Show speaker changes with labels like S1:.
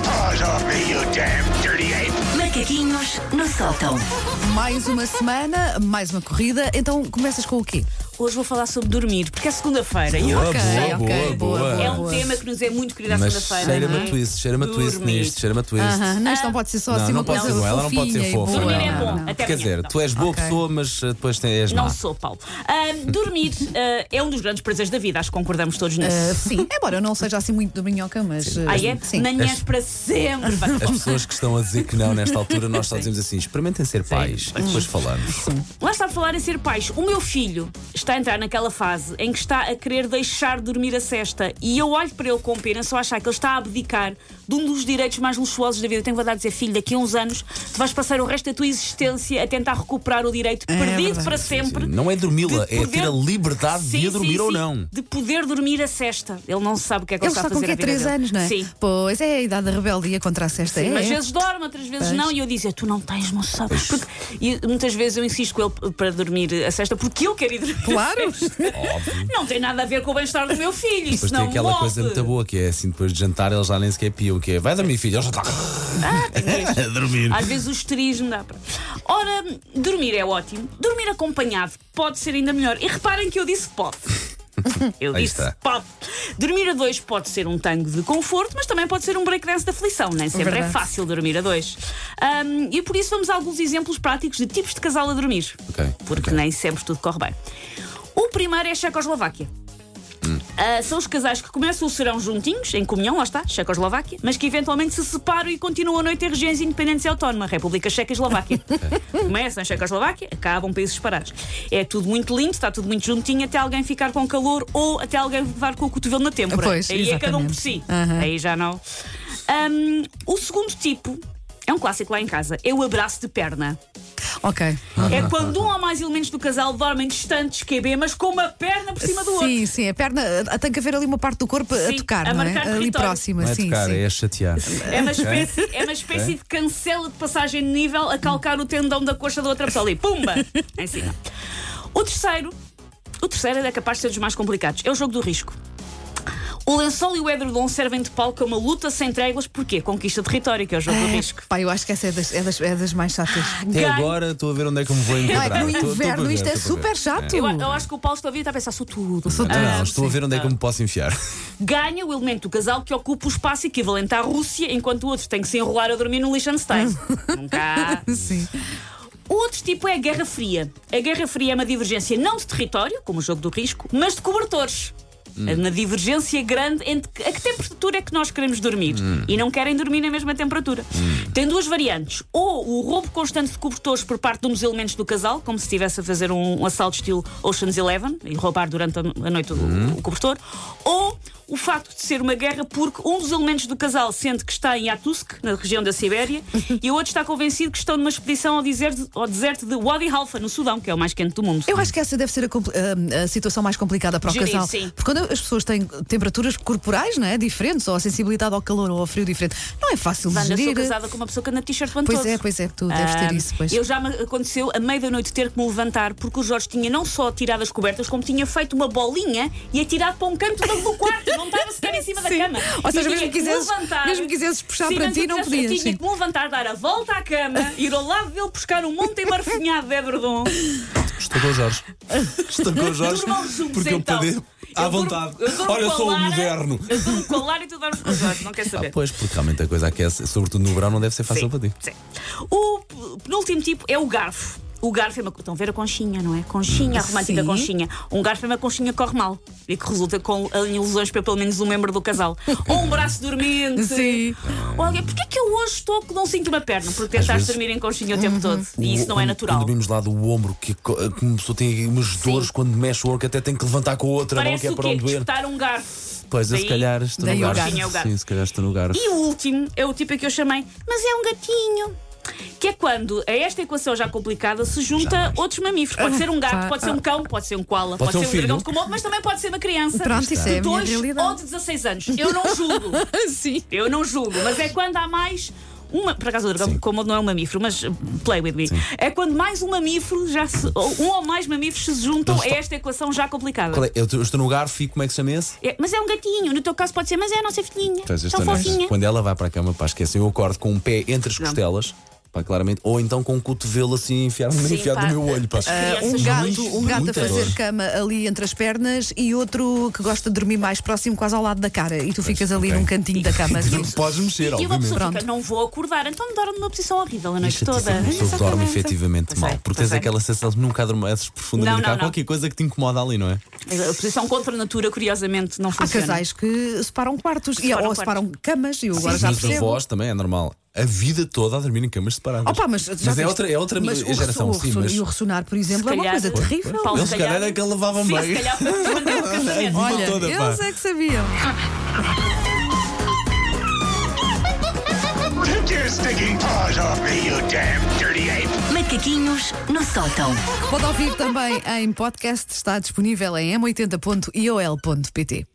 S1: off me, you damn dirty ape!
S2: Macaquinhos no sótão.
S3: Mais uma semana, mais uma corrida. Então começas com o quê?
S4: Hoje vou falar sobre dormir, porque é segunda-feira. e
S5: Boa,
S3: Ok,
S5: boa,
S3: ok,
S5: boa,
S3: boa,
S5: boa.
S4: É um tema que nos é muito querido à
S5: Mas
S4: segunda-feira.
S5: cheira-me
S4: não
S5: a
S4: é?
S5: twist, cheira-me a twist
S4: Dormir.
S5: nisto, cheira-me a twist.
S3: Aham, não, isto não pode ser só
S5: Não,
S3: assim
S5: não
S3: uma
S5: pode
S3: coisa
S5: ser boa, ela não pode
S3: fofinha
S5: ser
S3: e
S5: fofa.
S3: boa.
S4: Dormir é bom, até
S5: Quer
S4: amanhã,
S5: dizer,
S4: então.
S5: tu és boa
S3: Ok.
S5: pessoa, mas eh, depois tens, és má.
S4: Não sou, Paulo. Ahm, dormir ah, é um dos grandes prazeres da vida, acho que concordamos todos nisso.
S3: Ah, sim, embora eu não seja assim muito do minhoca, mas. ah,
S4: Aí é
S3: Sim.
S4: manhãs para sempre. vai.
S5: As pessoas que estão a dizer que não nesta altura, nós só dizemos assim: experimentem ser pais e depois falamos.
S4: Lá está a falar em ser pais. O meu filho está a entrar naquela fase em que está a querer deixar de dormir a cesta e eu olho para ele com pena só achar que ele está a abdicar de um dos direitos mais luxuosos da vida. Eu tenho vontade de dizer, filho, daqui a uns anos tu vais passar o resto da tua existência a tentar recuperar o direito perdido
S3: É verdade.
S4: para sempre.
S5: Não é dormi-la,
S4: de
S5: é ter a
S4: poder-
S5: liberdade de
S4: Sim,
S5: ir dormir
S4: sim,
S5: ou
S4: sim.
S5: não.
S4: De poder dormir a cesta. Ele não sabe o que é que ele,
S3: Ele está
S4: a
S3: com
S4: fazer
S3: que
S4: a vida
S3: 3
S4: dele.
S3: anos, não é?
S4: Sim.
S3: Pois é, a idade da rebeldia contra a cesta. é,
S4: Às
S3: é.
S4: vezes dorme, outras vezes
S3: Pois.
S4: não, e eu dizia, tu não tens noção. Porque- e muitas vezes eu insisto com ele para dormir a sexta porque eu quero ir dormir.
S3: Claro.
S4: a sexta.
S5: Óbvio.
S4: Não tem nada a ver com o bem-estar do meu filho. Isso
S5: Depois tem
S4: não
S5: aquela
S4: move.
S5: coisa muito boa que é assim: depois de jantar, eles já nem sequer piam, que é vai dormir, filho, ele já está
S3: Ah,
S5: a dormir.
S4: Às vezes o esterismo dá para. Ora, dormir é ótimo. Dormir acompanhado pode ser ainda melhor. E reparem que eu disse pode. Eu
S5: Aí
S4: disse
S5: está.
S4: pode. Dormir a dois pode ser um tango de conforto, mas também pode ser um breakdance de aflição. Nem sempre é
S3: Verdade.
S4: fácil dormir a dois. Ahm, e por isso vamos a alguns exemplos práticos de tipos de casal a dormir.
S5: Ok,
S4: Porque
S5: ok.
S4: nem sempre tudo corre bem. O primeiro é a Checoslováquia. Ah, são os casais que começam o serão juntinhos, em comunhão, lá está, Checoslováquia, mas que eventualmente se separam e continuam a noite em regiões independentes e autónoma, República Checa e Eslováquia. Começam em Checoslováquia, acabam países separados. É tudo muito lindo, está tudo muito juntinho, até alguém ficar com calor ou até alguém levar com o cotovelo na têmpora.
S3: Pois,
S4: Aí é cada um por si.
S3: exatamente. Aham.
S4: Aí já não. Ahm, o segundo tipo é um clássico lá em casa, é o abraço de perna.
S3: Ok.
S4: É quando um ou mais elementos do casal dormem distantes, QB, mas com uma perna por cima do outro.
S3: Sim, sim, a perna. ah, Tem que haver ali uma parte do corpo a
S4: Sim,
S3: tocar,
S4: a
S3: não é?
S4: marcar
S3: Ali
S4: território.
S3: próxima,
S5: Não é
S3: sim.
S5: tocar,
S3: sim.
S5: é chatear.
S4: É uma espécie, é uma espécie de cancela de passagem de nível a calcar o tendão da coxa da outra pessoa ali. Pumba! Em cima. O terceiro, o terceiro é capaz de ser dos mais complicados. É o jogo do risco. O lençol e o edredom servem de palco a uma luta sem tréguas, porque conquista território, que é o jogo do risco. Ah,
S3: Pá, eu acho que essa é das, é das, é das mais chatas.
S5: Até
S4: Ganho.
S5: agora estou a ver onde é que me vou encontrar.
S3: Não, é que no
S5: Estou- estou para
S3: inverno
S5: ver,
S3: isto é
S5: estou para
S3: super
S5: ver.
S3: chato.
S4: Eu, eu acho que o Paulo está a ouvir e está a pensar, sou tudo.
S3: Sou
S5: Não, não,
S3: Ah,
S5: estou a ver onde é que eu
S4: tá.
S5: me posso enfiar.
S4: Ganha o elemento do casal que ocupa o espaço equivalente à Rússia, enquanto o outro tem que se enrolar a dormir no Liechtenstein. Nunca.
S3: Sim.
S4: Outro tipo é a Guerra Fria. A Guerra Fria é uma divergência não de território, como o jogo do risco, mas de cobertores. É Uma divergência grande entre que- a que temperatura é que nós queremos dormir e não querem dormir na mesma temperatura. Tem duas variantes. Ou o roubo constante de cobertores por parte de um dos elementos do casal, como se estivesse a fazer um, um assalto estilo Ocean's Eleven e roubar durante a, a noite o- o cobertor. Ou o facto de ser uma guerra porque um dos elementos do casal sente que está em Yatusk, na região da Sibéria, e o outro está convencido que estão numa expedição ao deserto, ao deserto de Wadi Halfa, no Sudão, que é o mais quente do mundo.
S3: Eu acho que essa deve ser a, compli- ah, a- a situação mais complicada para o
S4: Gerir,
S3: casal.
S4: sim.
S3: Porque quando as pessoas têm temperaturas corporais não é? diferentes, ou a sensibilidade ao calor ou ao frio diferente, não é fácil de
S4: Wanda, sou
S3: gerir.
S4: casada com uma pessoa que anda de t-shirt o
S3: Pois
S4: todo.
S3: é, pois é, tu deves ter
S4: Ah,
S3: isso, pois.
S4: Eu já me aconteceu a meia da noite ter que me levantar porque o Jorge tinha não só tirado as cobertas, como tinha feito uma bolinha e atirado para um canto do do quarto. Não estava sequer em cima da
S3: Sim.
S4: cama.
S3: Ou
S4: E
S3: seja,
S4: eu
S3: mesmo
S4: tinha
S3: que quisesses-
S4: me levantar,
S3: mesmo que quisesses puxar
S4: Sim,
S3: para
S4: mesmo
S3: ti,
S4: que
S3: não
S4: quisesse, eu
S3: podias,
S4: Tinha
S3: sim.
S4: que me levantar, dar a volta à cama, ir ao lado dele buscar um monte embarfinhado de edredom.
S5: Estou com o Jorge. Estou com o Jorge.
S4: Durmam juntos,
S5: Porque eu
S4: então.
S5: poder. À
S4: Eu durmo-
S5: vontade.
S4: eu durmo
S5: Olha,
S4: com a
S5: sou o
S4: Lara,
S5: moderno.
S4: Eu durmo com a Lara e tu dormes com o Jorge, não quer
S5: Ah,
S4: saber.
S5: pois, porque realmente a coisa aquece, sobretudo no verão, não deve ser fácil
S4: Sim,
S5: para ti.
S4: sim. O p- penúltimo tipo é o garfo. O garfo é uma. co- Estão a ver a conchinha, não é? Conchinha,
S5: Hum,
S4: a romântica
S3: Sim.
S4: conchinha. Um garfo é uma conchinha que corre mal e que resulta com em ilusões para pelo menos um membro do casal. Ou um braço dormente.
S3: Sim.
S4: Ou alguém. Porquê que eu hoje estou que não sinto uma perna? Porque tentaste
S5: vezes- Uhum.
S4: dormir em conchinha o tempo todo. E isso não é
S5: Quando- Quando
S4: natural.
S5: vimos lá do ombro, que, co- que uma pessoa tem umas dores quando mexe o ombro, que até tem que levantar com a outra mão, que
S4: Parece
S5: é
S4: o
S5: para
S4: quê?
S5: onde doer.
S4: Disputar um garfo.
S5: Pois, eu
S4: Daí-
S5: se calhar estou no
S3: daí o
S5: lugar.
S4: garfo. Sim, é o garfo.
S5: Sim, se calhar estou no lugar.
S4: E o último é o tipo que eu chamei, mas é um gatinho. Que é quando a esta equação já complicada se junta outros mamíferos. Pode ser um gato,
S3: Ah,
S4: pode ser um cão, pode ser um koala,
S5: Pode
S4: pode,
S5: ser um
S4: ser um dragão
S5: filho.
S4: de Komodo, mas também pode ser uma criança.
S3: Pronto, isso é
S4: de
S3: a minha
S4: dois
S3: realidade.
S4: ou de 16 anos. Eu não julgo.
S3: Sim.
S4: Eu não julgo, mas é quando há mais uma, por acaso o dragão, como não é um mamífero, mas uh, play with me, é quando mais um mamífero já se, ou um ou mais mamíferos se juntam
S3: Então,
S4: a esta equação já complicada.
S5: Qual é? Eu eu estou no garfo e como é que se chama esse?
S4: É, mas é um gatinho, no teu caso pode ser, mas é a nossa filhinha.
S5: Pois, eu
S4: Tão
S5: estou nessa.
S4: fofinha.
S5: Quando ela vai para a cama, pá, esquece. Eu acordo com um pé entre as
S4: Não.
S5: costelas, pá, claramente, ou então com o cotovelo assim enfiado,
S4: Sim,
S5: enfiado
S4: pá.
S5: no meu olho, pá.
S4: Ah,
S3: Um
S4: Essas
S3: gato,
S4: dores,
S3: um gato a
S5: muita
S3: fazer
S5: dor.
S3: cama ali entre as pernas e outro que gosta de dormir mais próximo, quase ao lado da cara. E tu ficas ali
S5: ok.
S3: num cantinho da cama. assim.
S5: Não podes mexer,
S4: E uma pessoa
S5: obviamente.
S3: Pronto.
S4: fica, não vou acordar, então me dorme numa posição horrível a noite
S5: Chatice,
S4: toda.
S5: a pessoa dorme
S4: Exatamente.
S5: efetivamente
S4: Pois
S5: mal.
S4: é,
S5: Porque
S4: pois
S5: tens
S4: é.
S5: aquela sensação de nunca adormeces profundamente.
S4: Não, não,
S5: Há
S4: não.
S5: qualquer coisa que te incomoda ali, não é?
S4: A posição contra a natura, curiosamente, não
S3: Há
S4: funciona.
S3: casais que separam quartos e,
S4: Separam
S3: ou separam camas, eu agora
S5: Os
S3: já
S5: meus
S3: percebo.
S5: avós também é normal. A vida toda a dormir em camas separadas.
S3: Opa, mas, já
S5: é
S3: viste-
S5: outra, é outra
S3: mas o
S5: geração,
S3: ressoar- o
S5: sim,
S3: ressoar-
S5: mas.
S3: E o ressonar, por
S4: Se
S3: exemplo, é uma
S4: calhar-
S3: coisa terrível.
S4: Paulo,
S5: Eles, se calhar, é que levavam
S4: Sim,
S5: bem.
S4: se calhar foi o casamento.
S3: Olha,
S5: toda, pá.
S3: eles é que sabiam.
S1: Take your stinking paws off me, you damn dirty ape!
S2: Macaquinhos no sótão.
S3: Pode ouvir também em podcast, está disponível em m80.iol.pt.